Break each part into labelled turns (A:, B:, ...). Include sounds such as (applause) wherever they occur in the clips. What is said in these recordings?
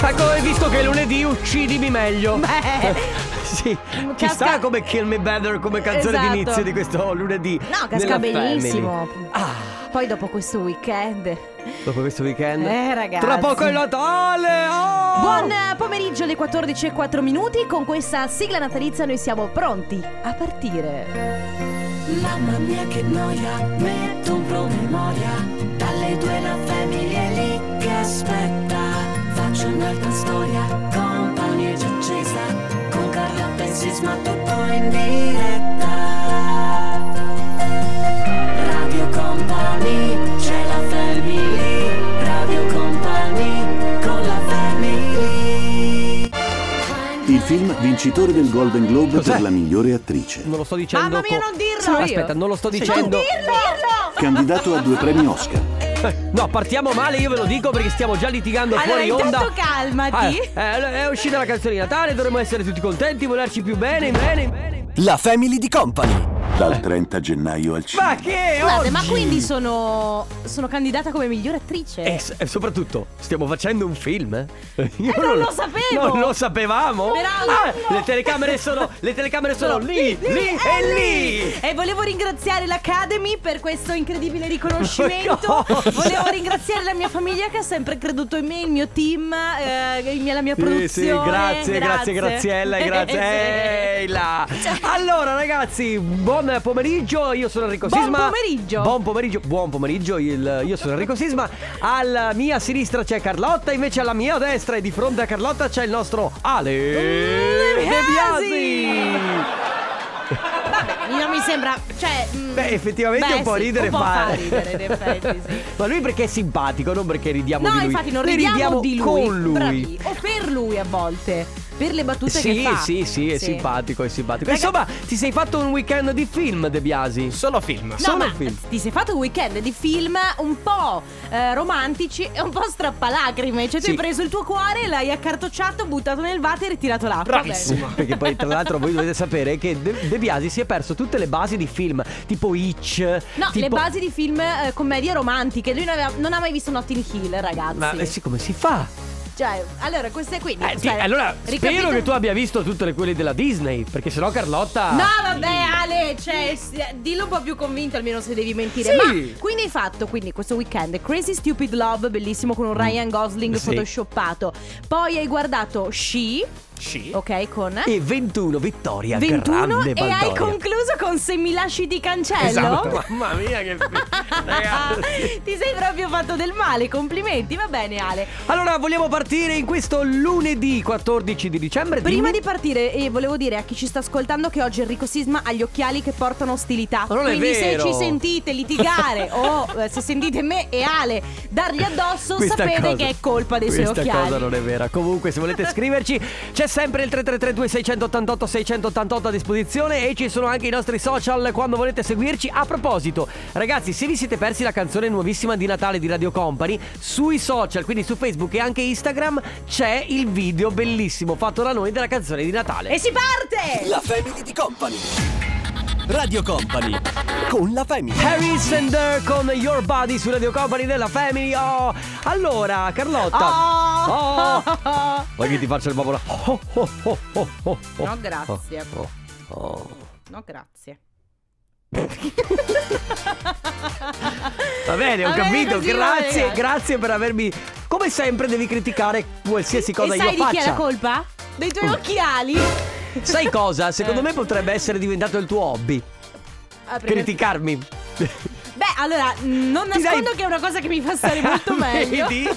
A: Marco, Ecco, hai visto che lunedì uccidimi meglio.
B: Beh,
A: (laughs) Sì,
B: Casca-
A: chissà come Kill Me Better come canzone
B: Esatto.
A: d'inizio di questo lunedì.
B: no,
A: nella
B: casca benissimo.
A: Family. Ah,
B: Poi dopo questo weekend.
A: dopo questo weekend.
B: Eh, ragazzi.
A: Tra poco è Natale! oh!
B: Buon eh, pomeriggio alle 14 e 4 minuti. Con questa sigla natalizia noi siamo pronti a partire.
C: Mamma mia che noia, metto un promemoria Dalle due la famiglia è lì che aspetta Faccio un'altra storia, compagnia già accesa Con Carlotta e Sisma tutto in diretta Radio Company, c'è la family Radio Company, con la family
D: Il film vincitore del Golden Globe
A: Cos'è?
D: per la migliore attrice.
A: Non lo sto dicendo.
B: Mamma Ah, mia, non dirlo!
A: Sì, Aspetta,
B: Io.
A: non lo sto
B: Non
A: dicendo.
B: dirlo!
D: Candidato a due premi Oscar.
A: Eh, No, partiamo male, io ve lo dico perché stiamo già litigando
B: Allora,
A: fuori onda.
B: intanto calmati.
A: Eh, eh, è uscita la canzone di Natale, dovremmo essere tutti contenti, volerci più bene, bene, bene.
E: La Family di Company.
D: Dal 30 gennaio al
A: Ma
D: cinema.
A: che
B: Scusate,
A: oggi?
B: ma quindi sono, sono candidata come migliore attrice?
A: E, s- e eh, soprattutto, stiamo facendo un film? eh? Io
B: non lo sapevo.
A: Non lo sapevamo?
B: Peraltro.
A: Ah, le telecamere sono, le telecamere sono lì, lì,
B: eh,
A: e lì. Oh
B: E volevo ringraziare l'Academy per questo incredibile riconoscimento.
A: Ma cosa?
B: Volevo ringraziare la mia famiglia che ha sempre creduto in me, il mio team, eh, il mia- la mia
A: Sì,
B: produzione.
A: sì, grazie, grazie,
B: (laughs)
A: Graziella, grazie.
B: Eh,
A: Ehi là. Allora, ragazzi, buon pomeriggio. Io sono Enrico
B: Buon
A: Sisma.
B: pomeriggio.
A: Buon pomeriggio, buon pomeriggio. il- io sono Enrico Sisma. Alla mia sinistra c'è Carlotta, invece alla mia destra e di fronte a Carlotta c'è il nostro Ale De
B: Mm, Biasi.
A: Biasi.
B: sì. Non mi sembra, cioè mm,
A: Beh, effettivamente
B: beh,
A: un po'
B: sì,
A: ridere
B: un po'
A: fa.
B: ridere, in effetti, sì.
A: (laughs) Ma lui perché è simpatico, non perché ridiamo
B: No,
A: di lui.
B: infatti non
A: Noi
B: ridiamo, di lui,
A: con lui.
B: bravi. o per lui a volte, per le battute
A: Sì,
B: che fa.
A: sì, sì, è simpatico, è simpatico. Insomma, ti sei fatto un weekend di film, De Biasi?
E: Solo film.
B: No,
A: Solo
B: ma
A: film.
B: ti sei fatto un weekend di film un po' eh, romantici e un po' strappalacrime. Cioè, tu
A: Sì.
B: hai preso il tuo cuore, l'hai accartocciato, buttato nel water e ritirato là.
E: Bravissimo.
A: Perché poi, tra l'altro, voi dovete sapere che De, De Biasi si è perso tutte le basi di film, tipo Hitch.
B: No,
A: tipo-
B: le basi di film eh, commedie romantiche. Lui non, aveva- non ha mai visto Notting Hill, ragazzi.
A: Ma eh, sì, come si fa?
B: Cioè, allora, queste qui.
A: Eh, ti-
B: cioè,
A: allora, spero
B: ricapito-
A: che tu abbia visto tutte le quelle della Disney, perché sennò Carlotta.
B: No, vabbè, Ale, cioè, s- dillo un po' più convinto almeno se devi mentire.
A: Sì.
B: Ma quindi hai fatto quindi questo weekend Crazy Stupid Love, bellissimo con un Ryan Gosling
A: Mm. Sì.
B: photoshoppato. Poi hai guardato She,
E: Sì.
B: ok, con
A: E 21 vittoria,
B: 21
A: grande
B: e
A: Baldoria.
B: hai concluso con Se mi lasci ti cancello.
E: Esatto. (laughs) Mamma mia
A: (laughs)
E: che
A: Esatto.
B: (laughs) Ti sei proprio fatto del male, complimenti, va bene Ale.
A: Allora, vogliamo partire in questo lunedì 14 di dicembre.
B: Prima
A: Dimmi-
B: di partire eh, volevo dire a chi ci sta ascoltando che oggi Enrico Sisma ha gli occhiali che portano ostilità.
A: Ma non è
B: Quindi
A: vero.
B: se ci
A: (laughs)
B: sentite litigare o eh, se sentite me e Ale dargli addosso
A: Questa
B: sapete
A: cosa-
B: che è colpa dei suoi
A: Questa
B: occhiali.
A: cosa non è vera. Comunque, se volete
B: (laughs)
A: scriverci, c'è sempre il 3332 688 688 a disposizione e ci sono anche i nostri social quando volete seguirci. A proposito, ragazzi, se vi siete persi la canzone nuovissima di Natale di Radio Company, sui social, quindi su Facebook e anche Instagram, c'è il video bellissimo fatto da noi della canzone di Natale.
B: E si parte!
E: La Family di Company. Radio Company. Con la Family.
A: Harry Sender con Your Body su Radio Company della Family. Oh. Allora, Carlotta.
B: Oh.
A: Oh. Vuoi che ti faccia il popolo? Oh, oh, oh, oh, oh, oh.
B: No, grazie.
A: Oh, oh.
B: No,
A: (laughs)
B: grazie.
A: Va bene, ho
B: Va bene
A: capito. grazie,
B: così, va bene, grazie.
A: grazie per avermi. Come sempre, devi criticare qualsiasi cosa
B: e
A: io
B: sai di chi è la
A: faccia. Mm.
B: colpa? Dei tuoi occhiali. Ah,
A: sai cosa? Secondo
B: Eh.
A: me potrebbe essere diventato il tuo hobby.
B: Ah, perché-
A: Criticarmi.
B: Beh, allora, mh, non
A: Ti
B: nascondo
A: dai-
B: che è una cosa che mi fa stare molto meglio.
A: (laughs)
B: (laughs)
A: Vedi?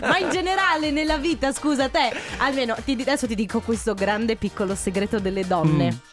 B: Ma in generale, nella vita, scusa, te, almeno ti- adesso ti dico questo grande piccolo segreto delle donne.
A: Mm.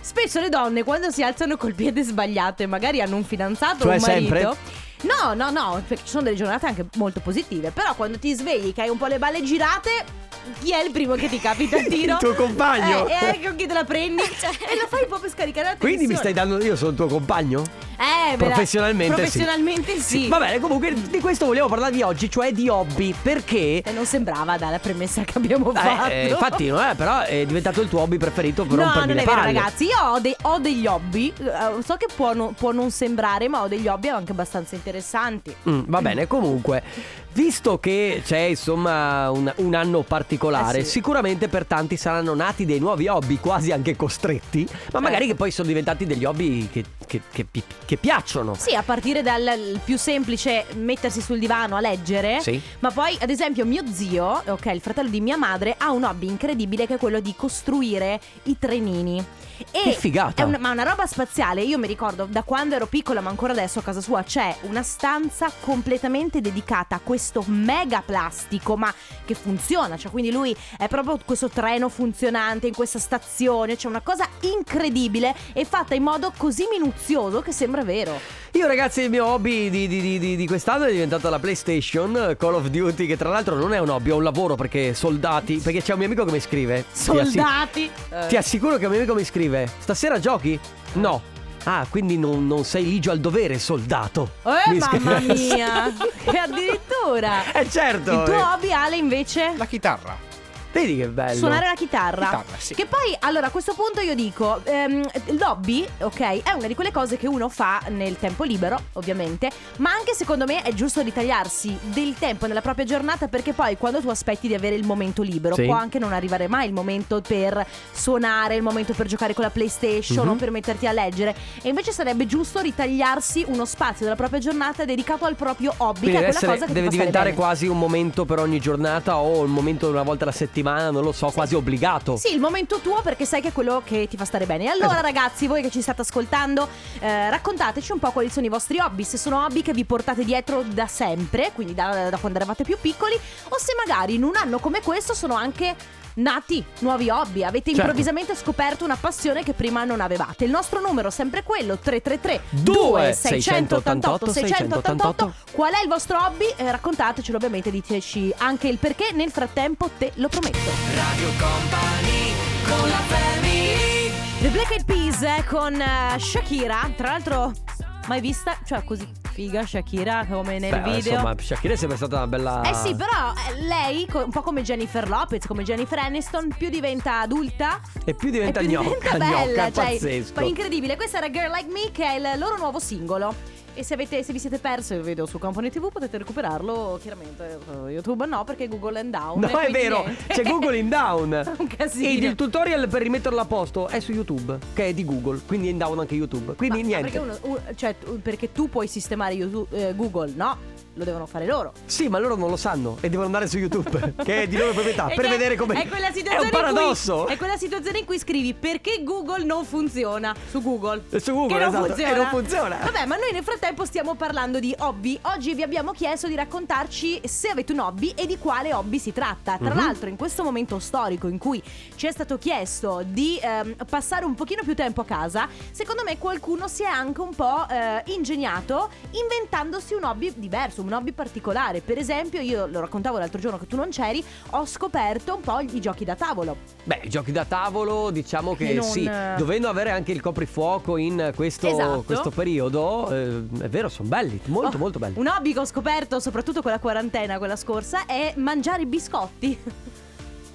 B: Spesso le donne quando si alzano col piede sbagliato e magari hanno un fidanzato o
A: Cioè,
B: un marito.
A: sempre?
B: No, no, no, perché ci sono delle giornate anche molto positive. Però quando ti svegli che hai un po' le balle girate. Chi è il primo che
A: (laughs)
B: ti capita il tiro?
A: Il tuo compagno. (laughs)
B: Eh, E anche con chi te la prendi? e lo fai un po' per scaricare la tensione
A: Quindi mi stai dando. Io sono il tuo compagno?
B: Eh, ve la-
A: Professionalmente,
B: professionalmente sì.
A: Va bene, comunque di questo vogliamo parlarvi oggi, cioè di hobby, perché...
B: Eh, non sembrava dalla premessa che abbiamo
A: Eh,
B: fatto.
A: eh,
B: (laughs)
A: infatti, no, eh, però è diventato il tuo hobby preferito per
B: No,
A: rompermi
B: non è
A: le
B: vero,
A: palle.
B: ragazzi. Io ho, de- ho degli hobby. eh, so che può, no- può non sembrare, ma ho degli hobby anche abbastanza interessanti.
A: Mm, va bene, comunque, visto che c'è insomma un, un anno particolare,
B: Eh sì.
A: sicuramente per tanti saranno nati dei nuovi hobby, quasi anche costretti, ma
B: Eh.
A: magari che poi sono diventati degli hobby che, che- che pi- che piacciono.
B: Sì, a partire dal il più semplice mettersi sul divano a leggere.
A: Sì.
B: Ma poi, ad esempio, mio zio, ok, il fratello di mia madre, ha un hobby incredibile che è quello di costruire i trenini. E
A: Che figata.
B: è una- ma una roba spaziale, io mi ricordo da quando ero piccola, ma ancora adesso a casa sua c'è una stanza completamente dedicata a questo mega plastico, ma che funziona, cioè quindi lui è proprio questo treno funzionante in questa stazione, cioè una cosa incredibile e fatta in modo così minuzioso che sembra vero.
A: Io ragazzi il mio hobby di, di- di- di- di quest'anno è diventato la PlayStation, eh, Call of Duty, che tra l'altro non è un hobby, è un lavoro perché soldati, perché c'è un mio amico che mi scrive. Ti assi-
B: Soldati. Eh.
A: Ti assicuro che un mio amico mi scrive, stasera giochi? No. Ah, quindi non, non sei ligio al dovere, soldato.
B: Eh,
A: Mi scrive-
B: mamma mia! E addirittura!
A: (laughs) Eh certo.
B: Il tuo
A: eh.
B: hobby, Ale, invece?
F: La chitarra.
A: Vedi che bello.
B: Suonare la chitarra.
F: Chitarra, sì.
B: Che poi, allora, a questo punto io dico, ehm, l'hobby, ok, è una di quelle cose che uno fa nel tempo libero, ovviamente, ma anche secondo me è giusto ritagliarsi del tempo nella propria giornata perché poi quando tu aspetti di avere il momento libero,
A: Sì.
B: può anche non arrivare mai il momento per suonare, il momento per giocare con la PlayStation
A: Mhm.
B: o per metterti a leggere. E invece sarebbe giusto ritagliarsi uno spazio della propria giornata dedicato al proprio hobby,
A: Quindi
B: che è
A: deve,
B: quella
A: essere-
B: cosa che ti
A: deve
B: fa stare
A: diventare
B: bene.
A: quasi un momento per ogni giornata o un momento una volta alla settimana, non lo so, quasi obbligato.
B: Sì, il momento tuo perché sai che è quello che ti fa stare bene. E allora, ragazzi, voi che ci state ascoltando, eh, raccontateci un po' quali sono i vostri hobby, se sono hobby che vi portate dietro da sempre, quindi da, da quando eravate più piccoli, o se magari in un anno come questo sono anche nati nuovi hobby, avete
A: Certo.
B: improvvisamente scoperto una passione che prima non avevate. Il nostro numero è sempre quello, 333
A: 2
B: 688
A: 688.
B: Qual è il vostro hobby? Eh, raccontatecelo ovviamente, diteci anche il perché, nel frattempo te lo prometto. The Black Eyed Peas eh, con eh, Shakira, tra l'altro mai vista, cioè così figa Shakira come nel
A: Beh,
B: video.
A: Insomma, ah. Shakira è sempre stata una bella.
B: Eh sì, però eh, lei, co- un po' come Jennifer Lopez, come Jennifer Aniston, più diventa adulta
A: E più diventa
B: e più
A: gnocca,
B: diventa
A: gnocca,
B: bella,
A: è
B: cioè,
A: pazzesco.
B: poi incredibile. Questa era Girl Like Me che è il loro nuovo singolo. E se, avete, se vi siete persi, lo vedo su Company TV, potete recuperarlo chiaramente eh, YouTube no, perché Google è down.
A: No,
B: e
A: è
B: quindi
A: vero,
B: niente.
A: c'è Google in
B: (laughs)
A: down.
B: Un casino.
A: Ed il tutorial per rimetterlo a posto è su YouTube, che è di Google, quindi è in down anche YouTube.
B: Ma-
A: Quindi
B: ma
A: niente.
B: Perché, uno- un- cioè, tu- perché tu puoi sistemare YouTube- eh, Google, no? Lo devono fare loro.
A: Sì, ma loro non lo sanno e devono andare su
B: (laughs)
A: YouTube, che è di loro proprietà,
B: E
A: per
B: che-
A: vedere come.
B: È quella
A: (laughs) È
B: situazione
A: un paradosso. Eh,
B: In cui, è quella situazione in cui scrivi perché Google non funziona su Google.
A: E su Google,
B: che non
A: esatto,
B: funziona.
A: e non funziona.
B: Vabbè, ma noi nel frattempo stiamo parlando di hobby. Oggi vi abbiamo chiesto di raccontarci se avete un hobby e di quale hobby si tratta.
A: Mhm.
B: Tra l'altro, in questo momento storico in cui ci è stato chiesto di ehm, passare un pochino più tempo a casa, secondo me qualcuno si è anche un po' eh, ingegnato inventandosi un hobby diverso, un hobby particolare. Per esempio, io lo raccontavo l'altro giorno che tu non c'eri, ho scoperto un po' i giochi da tavolo.
A: Beh, i giochi da tavolo, diciamo
B: E
A: che
B: non- eh,
A: sì, dovendo avere anche il coprifuoco in questo,
B: Esatto.
A: questo periodo, eh, è vero, sono belli, molto
B: Oh,
A: molto belli.
B: Un hobby che ho scoperto, soprattutto con la quarantena, quella scorsa, è mangiare i biscotti. Oh.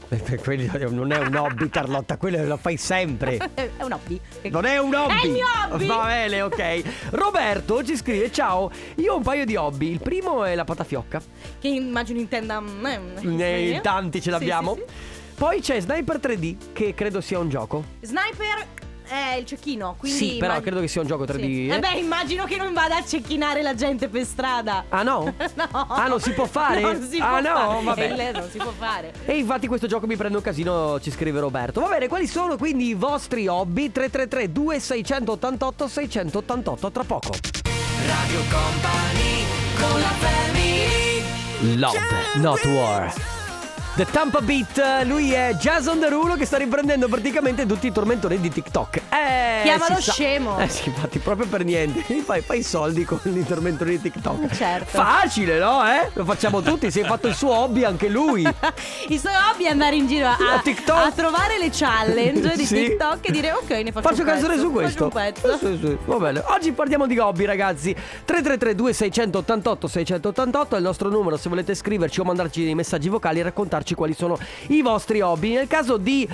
A: Eh, per Quello non è un hobby, Carlotta, quello lo fai sempre.
B: (laughs) è un hobby.
A: Non è un hobby.
B: È il mio hobby.
A: Va eh. bene, ok. Roberto ci scrive: Ciao, io ho un paio di hobby. Il primo è la patafiocca.
B: Che immagino intenda. mm,
A: Ne-
B: sì.
A: in Eh, tanti ce
B: Sì,
A: l'abbiamo.
B: sì,
A: Poi c'è Sniper 3D, che credo sia un gioco.
B: sì. Sniper è il cecchino, quindi.
A: sì, però
B: immag-
A: credo che sia un gioco 3D.
B: Sì.
A: eh.
B: Eh beh, immagino che non vada a cecchinare la gente per strada. (laughs)
A: Ah no?
B: No.
A: Ah, non si può fare?
B: Non si
A: ah
B: può
A: no,
B: fare.
A: vabbè.
B: Eh, Non si può fare.
A: E infatti questo gioco mi prende un casino, ci scrive Roberto. Va bene, quali sono quindi i vostri hobby? 333 2688 688 tra poco. Radio Company con la Love, not war. The Tampa Beat, lui è Jason Derulo che sta riprendendo praticamente tutti i tormentori di TikTok. Eh,
B: Chiamalo
A: si sa-
B: scemo.
A: Eh sì, infatti, proprio per niente. Fai, fai i soldi con i tormentori di TikTok.
B: Certo.
A: Facile, no? Eh? Lo facciamo tutti, si è fatto il suo hobby anche lui.
B: Il suo hobby è andare in giro a,
A: A TikTok.
B: a trovare le challenge di
A: (laughs) Sì.
B: TikTok e dire ok ne faccio,
A: Faccio
B: un pezzo,
A: canzone su questo.
B: Faccio un pezzo.
A: Sì, sì, Va bene. Oggi parliamo di hobby, ragazzi. 333 688 688 è il nostro numero se volete scriverci o mandarci dei messaggi vocali e raccontarci quali sono i vostri hobby. Nel caso di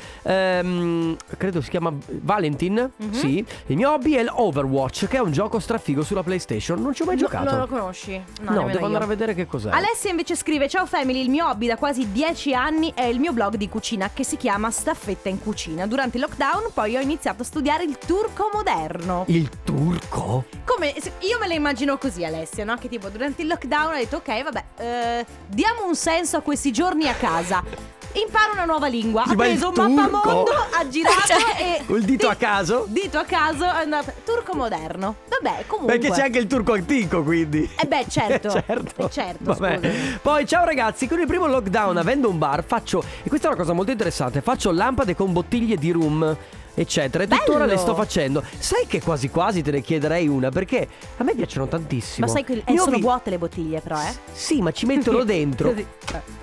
A: ehm, credo si chiama Valentin,
B: Mhm.
A: sì, il mio hobby è l'Overwatch, che è un gioco strafigo sulla PlayStation. Non ci ho mai giocato.
B: No, non lo conosci?
A: No,
B: No, nemmeno
A: devo
B: io.
A: andare a vedere che cos'è.
B: Alessia invece scrive Ciao family, il mio hobby da quasi 10 anni è il mio blog di cucina che si chiama Staffetta in cucina. Durante il lockdown poi ho iniziato a studiare il turco moderno.
A: Il turco?
B: Come se- io me la immagino così Alessia, no? Che tipo durante il lockdown ho detto ok, vabbè, eh, diamo un senso a questi giorni a casa. Imparo una nuova lingua.
A: Sì,
B: ha
A: ma il
B: preso un mappamondo,
A: turco? Cioè,
B: ha
A: (laughs)
B: girato e
A: Col dito a
B: Di-
A: caso?
B: Dito a caso è andato turco moderno. Vabbè, comunque.
A: Perché c'è anche il turco antico, quindi.
B: Eh
A: (laughs)
B: beh, certo.
A: certo.
B: Eh, certo,
A: Vabbè.
B: scusami.
A: Poi, ciao ragazzi, con il primo lockdown, avendo un bar, faccio. E questa è una cosa molto interessante: faccio lampade con bottiglie di rum. Eccetera, e
B: Bello.
A: tuttora le sto facendo. Sai che quasi quasi te ne chiederei una perché a me piacciono tantissimo.
B: Ma sai che eh,
A: Io
B: sono
A: vi-
B: vuote le bottiglie però, eh?
A: Sì, ma ci mettono dentro.
B: (laughs) Così.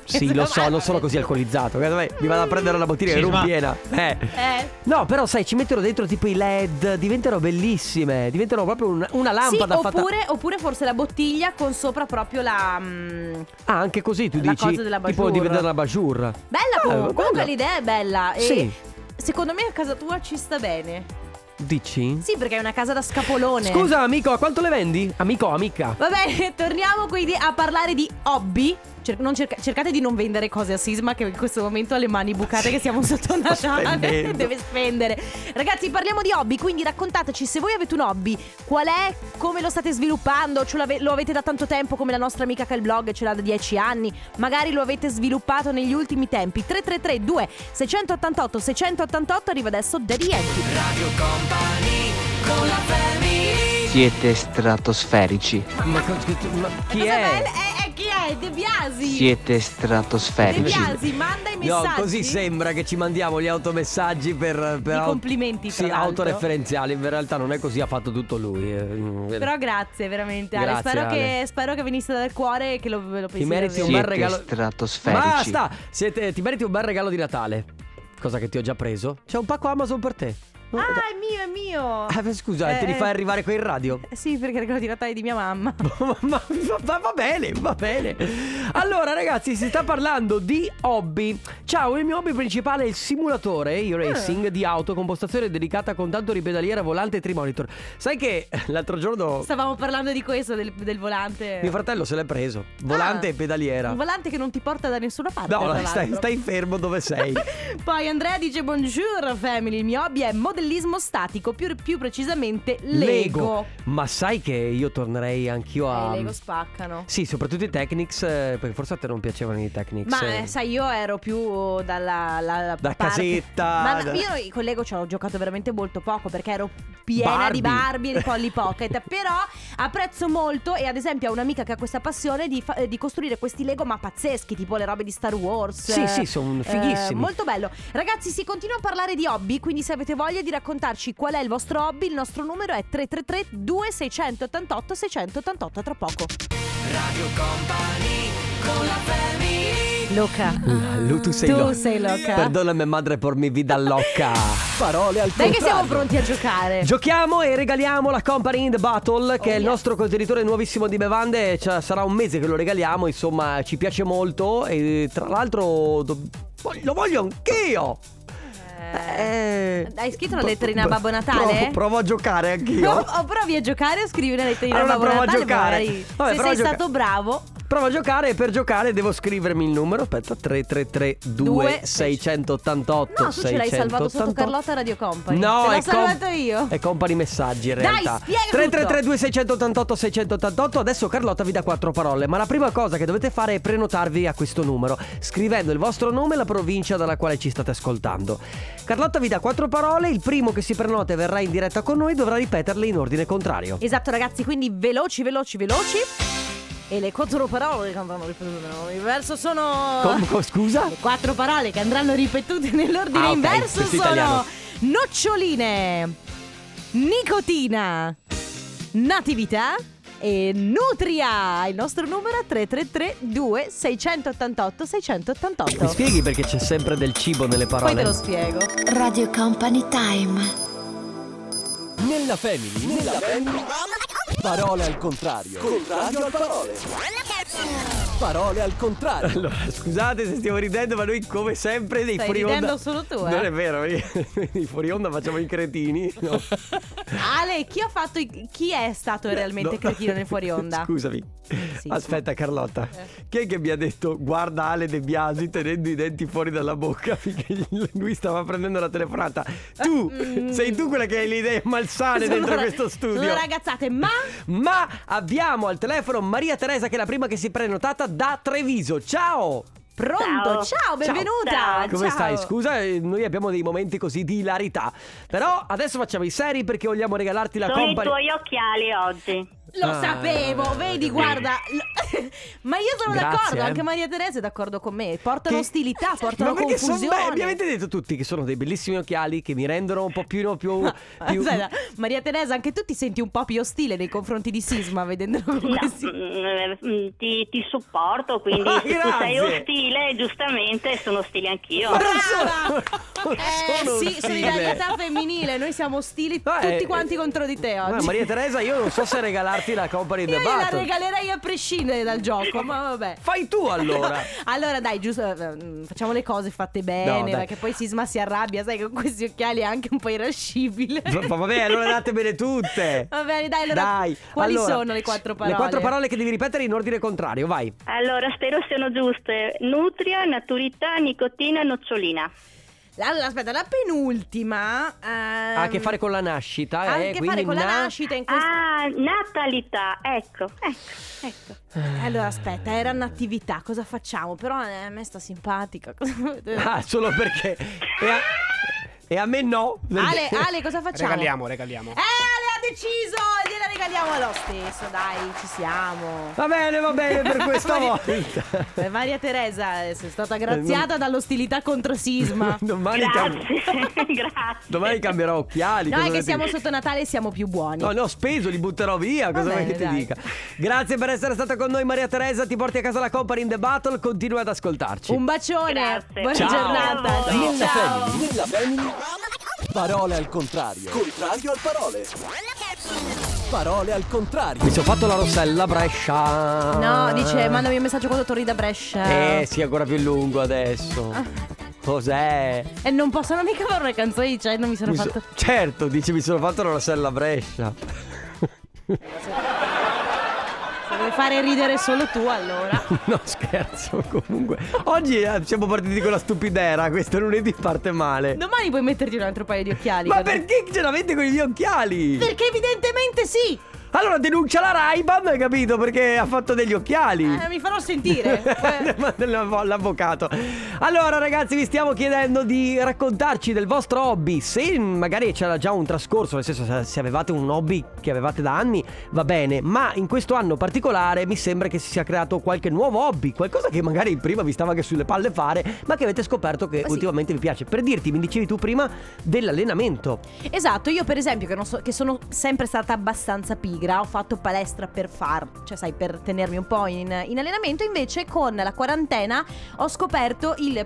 A: Sì, lo so,
B: (laughs)
A: non sono così alcolizzato. guarda, vai, Mi vado a prendere una bottiglia di
F: Sì,
A: rum
F: ma-
A: piena. Eh.
B: Eh.
A: No, però sai, ci mettono dentro tipo i LED, diventano bellissime, diventano proprio un- una lampada
B: sì,
A: fatta
B: oppure, oppure forse la bottiglia con sopra proprio la. mm,
A: Ah, anche così tu
B: La
A: dici
B: cosa della
A: tipo
B: bajour.
A: diventare la bajour.
B: Bella
A: Ah,
B: comunque. Comunque
A: bella.
B: l'idea è bella. E
A: Sì.
B: Secondo me a casa tua ci sta bene.
A: Dici?
B: Sì, perché è una casa da scapolone.
A: Scusa amico, a quanto le vendi? Amico, amica.
B: Va bene, (laughs) torniamo quindi a parlare di hobby. Cer- non cerca- cercate di non vendere cose a Sisma che in questo momento ha le mani bucate che siamo sotto Natale, (laughs)
A: spendendo.
B: deve spendere. Ragazzi, parliamo di hobby, quindi raccontateci se voi avete un hobby, qual è, come lo state sviluppando, ce l'ave- lo avete da tanto tempo come la nostra amica che ha il blog ce l'ha da 10 anni, magari lo avete sviluppato negli ultimi tempi. 3332 688 688 arriva adesso Daddy Yankee.
G: Siete stratosferici.
A: Ma, co- ma chi
B: Cosa
A: è?
B: bella- eh, eh, chi è? De Biasi.
G: Siete
B: De
G: stratosferici.
B: Biasi, manda i
A: No,
B: messaggi.
A: così sembra che ci mandiamo gli automessaggi per, per
B: I
A: au-
B: complimenti, tra
A: sì,
B: l'altro.
A: autoreferenziali. In realtà non è così, ha fatto tutto lui. eh.
B: Però grazie veramente Ale.
A: Grazie,
B: spero, Che,
A: Ale.
B: spero che venisse dal cuore e che lo, lo pensi
A: ti meriti un bel
B: davvero.
G: Siete
A: regalo.
G: stratosferici.
A: Basta! Siete- ti meriti un bel regalo di Natale. Cosa che ti ho già preso? C'è un pacco Amazon per te. No,
B: Ah è mio, è mio
A: da- ah, scusa, te li
B: eh,
A: fai arrivare qui in radio?
B: Eh, Sì perché è il regalo di Natale di
A: (laughs)
B: mia mamma
A: ma, ma- ma- va bene, va bene. Allora, ragazzi, si sta parlando di hobby. Ciao, il mio hobby principale è il simulatore
B: Ah.
A: e-racing di auto con postazione dedicata con tanto di pedaliera, volante e trimonitor. Sai che l'altro giorno
B: Stavamo parlando di questo, del, del volante
A: mio fratello se l'è preso. Volante
B: Ah,
A: e pedaliera.
B: Un volante che non ti porta da nessuna parte
A: No,
B: tra
A: stai,
B: l'altro.
A: stai fermo dove
B: (laughs)
A: sei.
B: Poi Andrea dice Buongiorno family, il mio hobby è modellismo statico Più, più precisamente Lego,
A: Ma sai che io tornerei anch'io a.
B: Eh, Lego spaccano
A: Sì, soprattutto i Technics, eh, perché forse a te non piacevano i Technics.
B: Ma
A: eh.
B: eh, sai, io ero più dalla la- la
A: Da
B: parte-
A: casetta,
B: Ma
A: da-
B: no, io con Lego ci ho giocato veramente molto poco perché ero piena
A: Barbie.
B: di Barbie e di Polly
A: (laughs)
B: Pocket. però apprezzo molto e ad esempio ho un'amica che ha questa passione di, fa- eh, di costruire questi Lego ma pazzeschi, tipo le robe di Star Wars.
A: Sì,
B: eh,
A: sì, sono fighissimi.
B: eh, molto bello. Ragazzi, si continua a parlare di hobby, quindi se avete voglia di raccontarci qual è il vostro hobby, il nostro numero è 333 2688 688 tra poco. Luca.
A: La- Lu, tu sei
B: Tu
A: loca.
B: sei loca.
A: Perdona mia madre por mi vida loca. Parole al
B: Dai che
A: contrario.
B: siamo pronti a giocare.
A: Giochiamo e regaliamo la Company in the Battle, che è
B: Oh,
A: il nostro contenitore nuovissimo di bevande. Cioè, sarà un mese che lo regaliamo, insomma, ci piace molto. E tra l'altro, do- lo voglio anch'io. Eh.
B: Hai scritto una letterina a Babbo
A: Pro-
B: Natale?
A: provo a giocare anch'io.
B: (laughs) O, o provi a giocare o scrivi una letterina
A: Allora,
B: a Babbo
A: provo a
B: Natale,
A: giocare.
B: magari.
A: Vabbè,
B: Se
A: provo a
B: sei
A: giocare.
B: stato bravo
A: Provo a giocare e per giocare devo scrivermi il numero. Aspetta, 333 688
B: No, tu ce l'hai salvato sotto Carlotta Radio Company.
A: No,
B: Te l'ho
A: è com-
B: salvato io.
A: È company messaggi in
B: Dai,
A: realtà.
B: spiega tutto.
A: 3332 688 688. Adesso Carlotta vi dà quattro parole, ma la prima cosa che dovete fare è prenotarvi a questo numero, scrivendo il vostro nome e la provincia dalla quale ci state ascoltando. Carlotta vi dà quattro parole, il primo che si prenota e verrà in diretta con noi dovrà ripeterle in ordine contrario.
B: Esatto, ragazzi, quindi veloci, veloci, veloci. E le quattro parole che andranno ripetute nell'universo sono...
A: Com- com- scusa?
B: Le quattro parole che andranno ripetute (laughs) nell'ordine
A: Ah, ok,
B: inverso
A: questo
B: sono
A: è italiano.
B: noccioline, nicotina, natività e nutria. Il nostro numero è 333 2688 688.
A: Mi spieghi perché c'è sempre del cibo nelle
B: Poi te
A: parole?
B: lo spiego.
F: Radio Company Time.
E: Nella family, nella family. Parole al contrario. Contrario al parole. Parole al contrario.
A: Allora, scusate se stiamo ridendo, ma noi come sempre dei
B: Stai
A: fuori
B: ridendo
A: onda.
B: solo tu, eh?
A: Non è vero, (laughs) i fuori onda facciamo i cretini. No.
B: Ale, chi ha fatto i- chi è stato realmente
A: Eh, No.
B: cretino nel
A: (laughs)
B: fuori onda?
A: Scusami.
B: sì. Eh.
A: Aspetta, Carlotta. Chi è che mi ha detto guarda Ale De Biasi tenendo i denti fuori dalla bocca (laughs) finché gli- lui stava prendendo la telefonata? Tu, sei tu quella che hai le idee malsane
B: Eh, mm. Sono
A: dentro
B: ra-
A: questo studio.
B: Sono ragazzate, ma
A: Ma abbiamo al telefono Maria Teresa, che è la prima che si è prenotata da Treviso. Ciao!
B: pronto. Ciao, benvenuta.
A: Come
B: Ah, Ciao.
A: stai? Scusa, eh, noi abbiamo dei momenti così di ilarità. Però adesso facciamo i seri perché vogliamo regalarti la
H: Sono i
A: company.
H: tuoi occhiali oggi.
B: Lo
A: Ah,
B: sapevo, vedi, guarda. lo- (laughs) Ma io sono
A: Grazie,
B: d'accordo,
A: eh.
B: anche Maria Teresa è d'accordo con me. Portano
A: Che-
B: ostilità, portano
A: (laughs) Ma perché sono
B: confusione.
A: be- mi avete detto tutti che sono dei bellissimi occhiali che mi rendono un po' più. no, più,
B: Ma-
A: più-
B: aspetta, Maria Teresa, anche tu ti senti un po' più ostile nei confronti di Sisma vedendolo con
H: No, (laughs)
B: questi-
H: mm, mm, ti, ti supporto, quindi
A: Ah,
H: se tu sei
A: grazie.
H: ostile, giustamente sono ostile anch'io.
A: Ma (laughs) non
B: Brava!
A: sono-
B: Eh
A: non sono
B: sì,
A: ostile.
B: solidarietà femminile, noi siamo ostili
A: Ma
B: tutti
A: è-
B: quanti contro di te oggi.
A: Ma Maria Teresa, io non so se regalarti la company
B: (laughs) Io
A: the
B: gliela
A: battle.
B: regalerei a prescindere dal
A: (laughs)
B: gioco, ma vabbè.
A: Fai tu allora.
B: Allora dai, giusto, eh, mm, facciamo le cose fatte bene,
A: No, dai.
B: perché poi Sisma si arrabbia, sai, con questi occhiali è anche un po' irascibile.
A: Va- va- Vabbè, allora datemele tutte.
B: Va bene, dai, (laughs) allora,
A: Dai,
B: quali
A: allora,
B: sono le quattro parole?
A: Le quattro parole che devi ripetere in ordine contrario, vai.
H: Allora, spero siano giuste. Nutria, naturità, nicotina, nocciolina.
B: Allora, aspetta, la penultima ehm,
A: Ha a che fare con la nascita.
B: ha a
A: eh,
B: che
A: quindi
B: fare con la
A: na-
B: nascita in questo...
H: Ah, natalità, ecco, ecco, ecco.
A: Ah.
B: Allora, aspetta, era un'attività, cosa facciamo? Però eh, a me sta simpatica. Ale,
A: (laughs) Ah, solo perché. E a, e a me no. perché-
B: Ale,
I: (laughs)
B: cosa facciamo?
I: Regaliamo, regaliamo.
B: Eh, Ale ha deciso! Gliela regaliamo lo stesso, dai, ci siamo.
A: Va bene, va bene Eh,
B: (laughs)
A: per questa
B: Maria-
A: volta.
B: Eh, Maria Teresa eh, sei stata graziata dall'ostilità
A: (laughs)
B: contro Sisma.
A: Domani, cam-
H: Grazie, (laughs) grazie.
A: domani cambierò occhiali.
B: No,
A: cosa
B: è che
A: volete
B: siamo
A: dire?
B: sotto Natale e siamo più buoni.
A: No, ne ho speso, li butterò via.
B: Va
A: Cosa vuoi
B: bene,
A: che ti
B: dai.
A: dica? Grazie per essere stata con noi, Maria Teresa. Ti porti a casa la company in the battle. Continua ad ascoltarci.
B: Un bacione,
H: Grazie.
B: buona
H: Ciao.
B: giornata.
H: Ciao.
E: Nella
B: Ciao.
E: family, nella family. Parole al contrario. Contrario al parole. Parole al contrario.
A: Mi sono fatto la rossella Brescia.
B: No, dice, mandami un messaggio quando torni da Brescia.
A: Eh, sì, è ancora più lungo adesso.
B: Ah.
A: Cos'è?
B: E non possono mica fare una canzone dicendo mi sono
A: Mi so-
B: fatto.
A: Certo, dice mi sono fatto la rossella Brescia. (laughs)
B: Se vuoi fare ridere solo
A: (laughs)
B: tu allora.
A: No, scherzo, comunque. Oggi eh, siamo partiti con la stupidera, questo lunedì parte male.
B: Domani puoi metterti un altro paio di occhiali.
A: Ma
B: guarda.
A: perché ce l'avete con gli occhiali?
B: Perché evidentemente sì!
A: Allora denuncia la Raibam, hai capito? Perché ha fatto degli occhiali.
B: Eh, mi farò
A: (laughs)
B: sentire. Eh.
A: Ma dell'avvo- L'avvocato. Allora, ragazzi, vi stiamo chiedendo di raccontarci del vostro hobby. Se magari c'era già un trascorso, nel senso, se- se avevate un hobby che avevate da anni, va bene. Ma in questo anno particolare mi sembra che si sia creato qualche nuovo hobby, qualcosa che magari prima vi stava anche sulle palle fare, ma che avete scoperto che
B: Eh sì.
A: ultimamente vi piace. Per dirti, mi dicevi tu prima dell'allenamento.
B: Esatto, io per esempio che, non so- che sono sempre stata abbastanza pigra, ho fatto palestra per far, cioè sai, per tenermi un po' in, in allenamento, invece con la quarantena ho scoperto il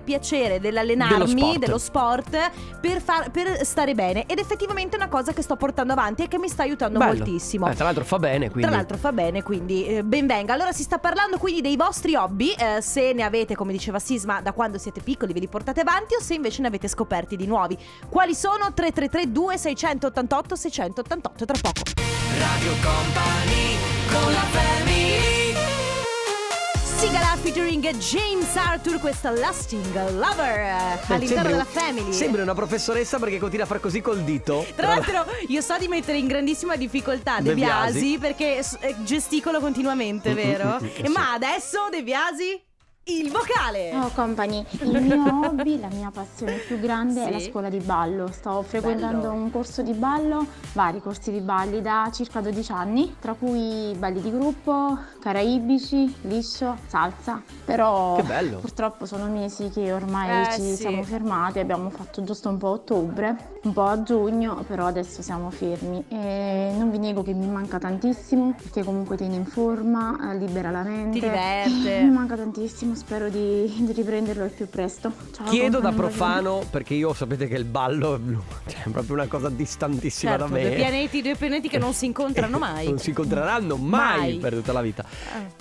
A: Dello
B: piacere dell'allenarmi,
A: sport.
B: dello sport, per, far- per stare bene ed effettivamente è una cosa che sto portando avanti e che mi sta aiutando
A: Bello.
B: moltissimo.
A: Eh, tra l'altro fa bene, quindi.
B: Tra l'altro fa bene, quindi eh, ben venga. Allora si sta parlando quindi dei vostri hobby, eh, se ne avete, come diceva Sisma, da quando siete piccoli ve li portate avanti o se invece ne avete scoperti di nuovi. Quali sono? 3332 688 688 tra poco. Sigala featuring James Arthur, questa Lasting Lover eh, all'interno
A: Sembri-
B: della Family.
A: Sembri una professoressa perché continua a far così col dito.
B: Tra l'altro io so di mettere in grandissima difficoltà De
A: De Biasi.
B: Biasi perché s- eh, gesticolo continuamente,
A: Mm, mm,
B: vero?
A: mm, mm,
B: E
A: sì.
B: Ma adesso De Biasi il vocale.
I: Ciao company,
B: (laughs)
I: il mio hobby, la mia passione più grande è la
B: Sì.
I: scuola di ballo. Sto frequentando
B: Bello.
I: un corso di ballo, vari corsi di balli da circa 12 anni, tra cui balli di gruppo, caraibici, liscio, salsa. Però
A: Che bello.
I: purtroppo sono mesi che ormai
B: Eh,
I: ci
B: sì.
I: siamo fermati, abbiamo fatto giusto un po' a ottobre, un po' a giugno, però adesso siamo fermi. E non vi nego che mi manca tantissimo, perché comunque tiene in forma, eh, libera la mente.
B: Ti diverte.
I: (laughs) Mi manca tantissimo, spero di, di riprenderlo al più presto.
B: Ah,
I: Ciao,
A: Chiedo da
I: compagni, un bacione.
A: profano, perché io sapete che il ballo (laughs) è proprio una cosa distantissima
B: Certo,
A: da me.
B: due pianeti, due pianeti che non
A: (laughs)
B: si incontrano mai. Ah.
A: Non si incontreranno mai,
B: Mai.
A: per tutta la vita.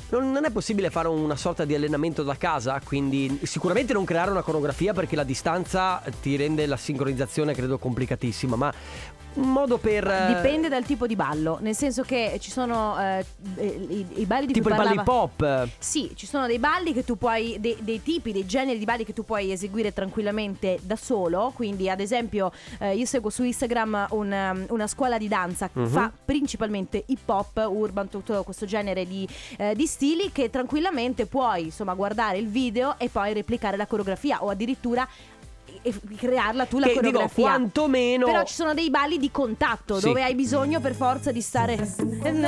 A: Non, non è possibile fare una sorta di allenamento da casa, quindi sicuramente non creare una coreografia perché la distanza ti rende la sincronizzazione credo complicatissima, ma un modo per... eh,
B: Dipende dal tipo di ballo, nel senso che ci sono eh, i, i balli di
A: Tipo
B: cui
A: i balli
B: parlava-
A: pop.
B: Sì, ci sono dei balli che tu puoi, dei, dei tipi, dei generi di balli che tu puoi eseguire tranquillamente da solo. Quindi, ad esempio, eh, io seguo su Instagram un, um, una scuola di danza che
A: Mhm.
B: fa principalmente hip hop, urban, tutto questo genere di, eh, di stili che tranquillamente puoi insomma guardare il video e poi replicare la coreografia o addirittura eh, crearla tu la
A: Che dico,
B: coreografia.
A: quantomeno...
B: Però ci sono dei balli di contatto
A: Sì.
B: dove hai bisogno per forza di stare.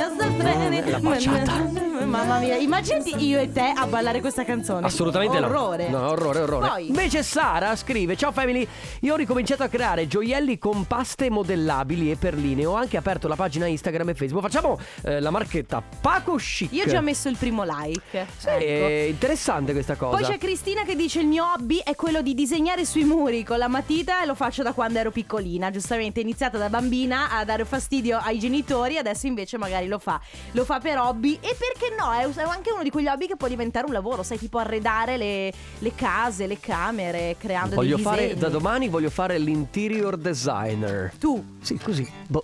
A: La baciata.
B: Mamma mia, immaginati io e te a ballare questa canzone.
A: Assolutamente
B: Eh, orrore.
A: no. No, orrore, orrore.
B: Poi,
A: Invece Sara scrive: Ciao family, io ho ricominciato a creare gioielli con paste modellabili e perline. Ho anche aperto la pagina Instagram e Facebook. Facciamo eh, la marchetta Paco Chic.
B: io già ho messo il primo like.
A: Sì, È interessante questa cosa.
B: Poi c'è Cristina che dice il mio hobby è quello di disegnare sui muri con la matita e lo faccio da quando ero piccolina. Giustamente è iniziata da bambina a dare fastidio ai genitori, adesso invece magari lo fa. Lo fa per hobby e perché no? È è anche uno di quegli hobby che può diventare un lavoro, sai, tipo arredare le, le case, le camere, creando
A: voglio
B: dei
A: fare
B: disegni.
A: da domani, voglio fare l'interior designer.
B: Tu.
A: Sì, così. Boh.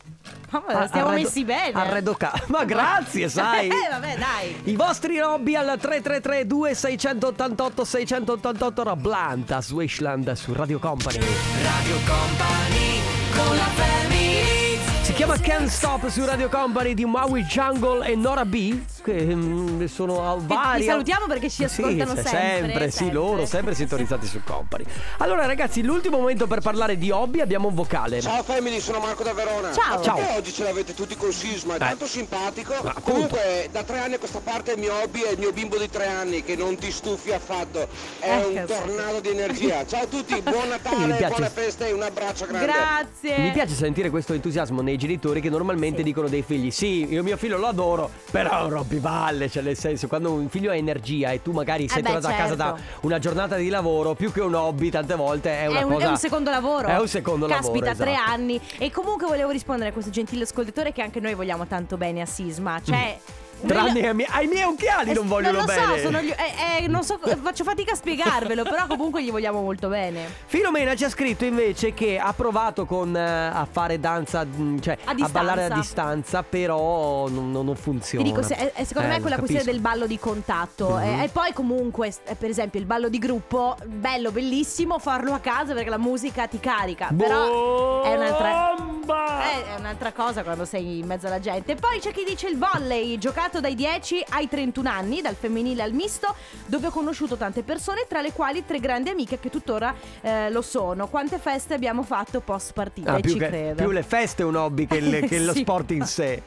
B: Mamma,
A: Ah,
B: stiamo
A: arredo-
B: messi bene.
A: Arredo ca- (laughs) Ma grazie, sai.
B: (laughs) Eh, vabbè, dai.
A: I vostri hobby al 333 2688 688 Rablanta su Wishland su Radio Company. Radio Company con la Si chiama Can't Stop su Radio Company di Maui Jungle e Nora B. Che mm, sono a
B: Che-
A: vari.
B: Li salutiamo perché ci
A: Sì,
B: ascoltano
A: se-
B: sempre.
A: sì, loro sempre sintonizzati su Company. Allora, ragazzi, l'ultimo momento per parlare di hobby abbiamo un vocale.
J: Ciao family, sono Marco da Verona.
B: Ciao.
J: Ma Perché oggi ce l'avete tutti col sisma? È tanto simpatico.
A: Ma appunto.
J: Comunque, da tre anni a questa parte il mio hobby è il mio bimbo di tre anni che non ti stufi affatto. È
B: Eh,
J: un
B: cazzo.
J: tornado di energia. Ciao a tutti,
A: (laughs)
J: buon
A: Mi
J: Natale,
A: piace.
J: buona festa e un abbraccio grande.
B: Grazie.
A: Mi piace sentire questo entusiasmo nei genitori che normalmente dicono dei figli: Sì, io mio figlio lo adoro, però è un rompivalle. Cioè, nel senso, quando un figlio ha energia e tu magari sei
B: beh,
A: tornato a casa
B: certo.
A: da una giornata di lavoro, più che un hobby, tante volte è una
B: è, un,
A: cosa.
B: è un secondo lavoro.
A: È un secondo lavoro.
B: Caspita, tre
A: esatto.
B: anni. E comunque volevo rispondere a questo gentile ascoltatore che anche noi vogliamo tanto bene a Sisma. Cioè. noi-
A: Mm. Tranne ai miei, ai miei occhiali
B: Eh,
A: non vogliono
B: non lo
A: bene.
B: So, sono gli- eh, eh, non so, eh, faccio fatica a spiegarvelo, però comunque gli vogliamo molto bene.
A: Filomena ci ha scritto invece che ha provato con, eh, a fare danza, mh, cioè
B: A
A: a ballare a
B: distanza.
A: distanza, però non, non- non funziona.
B: Ti dico, se- eh, eh, secondo
A: Eh,
B: me è
A: lo
B: quella questione
A: capisco.
B: del ballo di contatto.
A: Mhm.
B: Eh, e poi comunque, s- eh, per esempio, il ballo di gruppo, bello, bellissimo, farlo a casa perché la musica ti carica. Però è un'altra...
A: Bomba!
B: Eh, è un'altra cosa quando sei in mezzo alla gente. Poi c'è chi dice il volley, giocato dai 10 ai 31 anni, dal femminile al misto, dove ho conosciuto tante persone, tra le quali tre grandi amiche che tuttora eh, lo sono. Quante feste abbiamo fatto post partita?
A: Ah,
B: e
A: più,
B: ci
A: che-
B: credo.
A: più le feste è un hobby che,
B: (laughs)
A: il- che lo
B: Sì.
A: sport in sé.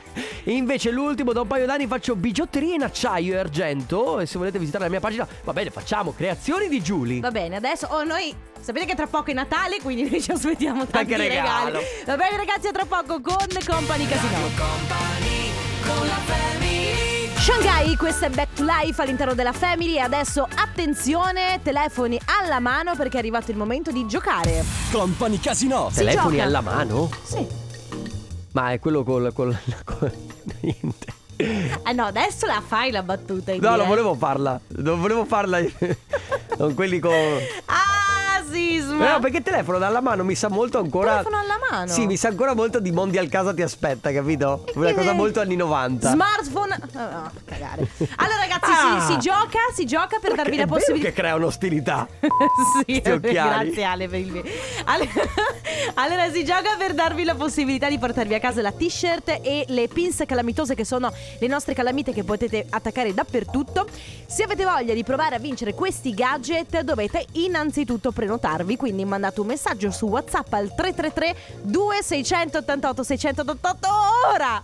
A: Invece l'ultimo, da un paio d'anni faccio bigiotterie in acciaio e argento. E se volete visitare la mia pagina, va bene, facciamo creazioni di Julie.
B: Va bene, adesso oh, noi sapete che tra poco è Natale, quindi noi ci aspettiamo tanti
A: Qualche regalo.
B: regali. Va bene ragazzi, a tra poco con Company Casino. Shanghai, questo è Back to Life all'interno della Family e adesso attenzione, telefoni alla mano perché è arrivato il momento di giocare.
E: Company Casino.
B: Si
A: Telefoni
B: gioca.
A: alla mano?
B: Sì.
A: Ma è quello col. col, (laughs) col- niente.
B: Eh no, adesso la fai la battuta.
A: No,
B: in diretta.
A: (laughs) non volevo farla. Non volevo farla. con Eh, quelli con.
B: Ah, Sisma,
A: No, no, perché il telefono dalla mano mi sa molto ancora.
B: Telefono alla mano?
A: Sì, mi sa ancora molto di mondi al casa ti aspetta, capito? Una cosa molto anni 90.
B: Smartphone. No, no, cagare. Allora, ragazzi,
A: Ah!
B: si, si gioca, si gioca per darvi
A: È
B: la
A: vero
B: possibilità.
A: che crea un'ostilità.
B: (laughs) sì,
A: Sti occhiali.
B: grazie Ale per il allora, (laughs) allora si gioca per darvi la possibilità di portarvi a casa la t-shirt e le pins calamitose che sono le nostre calamite che potete attaccare dappertutto. Se avete voglia di provare a vincere questi gadget dovete innanzitutto prenotarvi, quindi mandate un messaggio su WhatsApp al 333 2688 688 ora!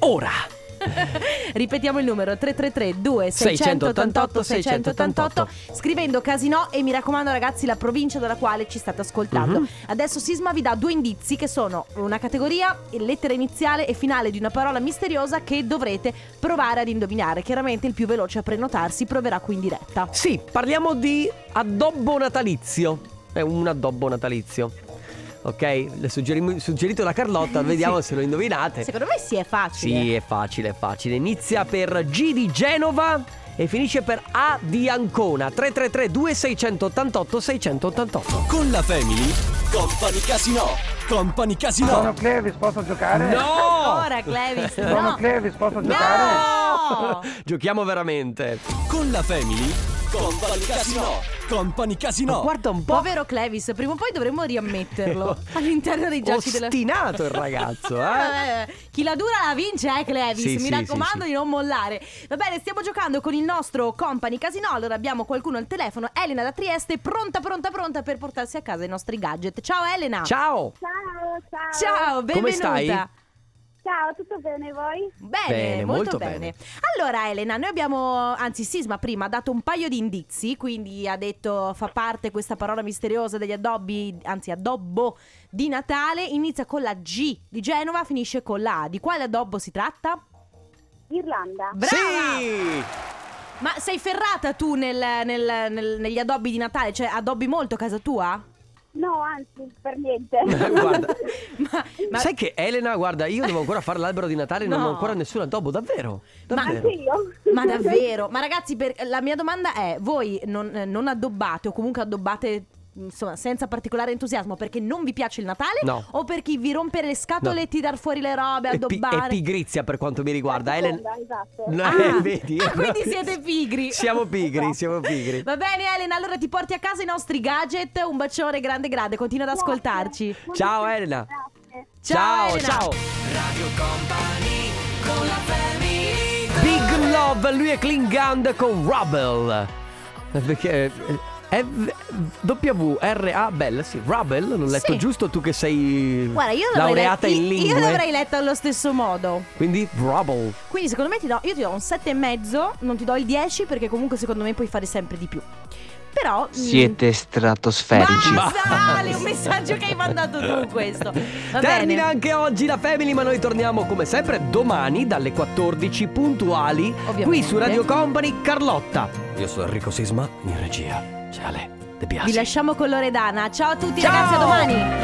A: Ora!
B: (laughs) Ripetiamo il numero 333 2688 688 scrivendo Casinò e mi raccomando ragazzi la provincia dalla quale ci state ascoltando. Adesso Sisma vi dà due indizi che sono una categoria, lettera iniziale e finale di una parola misteriosa che dovrete provare ad indovinare. Chiaramente il più veloce a prenotarsi proverà qui in diretta.
A: Sì, parliamo di addobbo natalizio. È un addobbo natalizio. Ok? Le suggerim- suggerito da
B: (laughs)
A: Carlotta, vediamo se lo indovinate.
B: Secondo me Eh. sì è facile.
A: Sì, è facile, è facile. Inizia per G di Genova e finisce per A di Ancona. 333 2688 688.
E: Con la family, Company Casino. Company Casino.
A: No!
B: Ora (laughs) Clevis. No.
A: posso
B: giocare? No!
A: (laughs) Giochiamo veramente.
E: Con la family, Company Casino. Company
A: Ma
E: Casino.
A: Guarda un po'.
B: Povero Clevis, prima o poi dovremmo (laughs) riammetterlo all'interno dei giochi della
A: Ostinato il
B: (laughs)
A: ragazzo, eh?
B: Eh, Chi la dura la vince, eh, Clevis.
A: Sì,
B: Mi
A: sì, sì,
B: raccomando
A: sì.
B: di non mollare. Va bene, stiamo giocando con il nostro company Casino. Allora abbiamo qualcuno al telefono. Elena da Trieste, pronta, pronta, pronta per portarsi a casa i nostri gadget. Ciao, Elena.
A: Ciao!
H: Ciao, ciao.
B: Ciao, benvenuta.
A: Come stai?
H: Ciao, tutto bene voi?
B: Bene,
A: Bene,
B: molto,
A: molto
B: bene.
A: bene.
B: Allora Elena, noi abbiamo, anzi Sisma prima ha dato un paio di indizi, quindi ha detto fa parte questa parola misteriosa degli addobbi, anzi addobbo di Natale, inizia con la G di Genova, finisce con la A. Di quale addobbo si tratta?
H: Irlanda.
B: Brava!
A: Sì! (laughs)
B: Ma sei ferrata tu nel- nel- nel- negli addobbi di Natale? Cioè, addobbi molto a casa tua? (laughs)
H: No, anzi, per
A: (laughs)
H: niente.
A: Guarda,
B: Ma, ma-
A: Sai che Elena, guarda, io devo ancora fare l'albero di Natale e non
B: No.
A: ho ancora nessun addobbo, davvero?
B: Ma-
A: davvero.
H: Anch'io.
B: ma davvero? Ma ragazzi, per- la mia domanda è: voi non, eh, non addobbate o comunque addobbate insomma senza particolare entusiasmo perché non vi piace il Natale?
A: No.
B: O perché vi rompere le scatole
A: No.
B: e tirar fuori le robe,
A: È, pi-
B: addobbare?
A: è pigrizia per quanto mi riguarda, Elena.
H: Seconda, esatto.
A: No,
B: Ah.
A: eh, (laughs) vedi?
B: Ah, quindi siete pigri.
A: Siamo
B: (laughs)
A: pigri, siamo pigri.
B: Va bene Elena, allora ti porti a casa i nostri gadget. Un bacione grande grande, continua ad ascoltarci.
A: Ciao Elena.
H: Grazie.
B: Ciao,
A: ciao.
B: Elena.
A: ciao. Big Love, lui è Klingand con Rubble. Eh, Perché eh, è v- W R A Bell, sì, Rubble, l'ho letto
B: Sì.
A: giusto tu che sei
B: Mm. Guarda, io l'avrei
A: laureata
B: let-
A: in
B: io-
A: lingue.
B: Io l'avrei letta allo stesso modo.
A: Quindi Rubble.
B: Quindi secondo me ti do, io ti do un 7,5, non ti do il 10 perché comunque secondo me puoi fare sempre di più. Però... mm,
G: Siete stratosferici.
B: Basta, Ale, un messaggio che hai mandato tu questo.
A: (laughs) Termina
B: Va bene.
A: anche oggi la Family, ma noi torniamo come sempre domani dalle 14 puntuali qui
B: Ovviamente.
A: su Radio Company Carlotta. Io sono Enrico Sisma in regia. Ciao Ale, De Biasi.
B: Vi lasciamo con Loredana. Ciao a tutti
A: Ciao!
B: ragazzi, a domani.